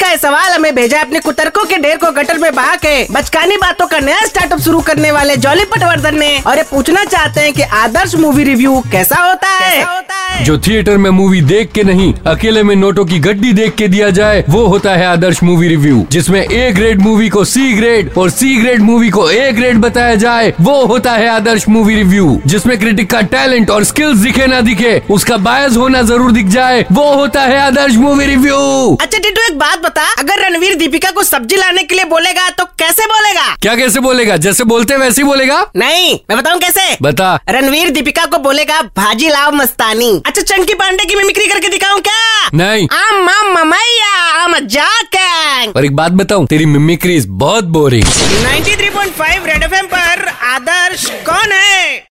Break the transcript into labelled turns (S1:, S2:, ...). S1: का ये सवाल हमें भेजा है अपने कुतरकों के ढेर को गटर में बहा के बचकानी बातों का नया स्टार्टअप शुरू करने वाले जॉली पटवर्धन ने और ये पूछना चाहते हैं कि आदर्श मूवी रिव्यू कैसा होता है
S2: जो थिएटर में मूवी देख के नहीं अकेले में नोटों की गड्डी देख के दिया जाए वो होता है आदर्श मूवी रिव्यू जिसमें ए ग्रेड मूवी को सी ग्रेड और सी ग्रेड मूवी को ए ग्रेड बताया जाए वो होता है आदर्श मूवी रिव्यू जिसमें क्रिटिक का टैलेंट और स्किल्स दिखे ना दिखे उसका बायस होना जरूर दिख जाए वो होता है आदर्श मूवी रिव्यू
S1: अच्छा टिटू एक बात बता अगर रणवीर दीपिका को सब्जी लाने के लिए बोलेगा तो कैसे बोलेगा
S2: क्या कैसे बोलेगा जैसे बोलते हैं वैसे ही बोलेगा
S1: नहीं मैं बताऊं कैसे
S2: बता
S1: रणवीर दीपिका को बोलेगा भाजी लाओ मस्तानी अच्छा चंकी पांडे की मिमिक्री करके दिखाऊं क्या
S2: नहीं
S1: आम माम ममैया आम जाकंग
S2: और एक बात बताऊं तेरी मिमिक्रीज बहुत बोरिंग
S3: 93.5 रेड एफएम पर आदर्श कौन है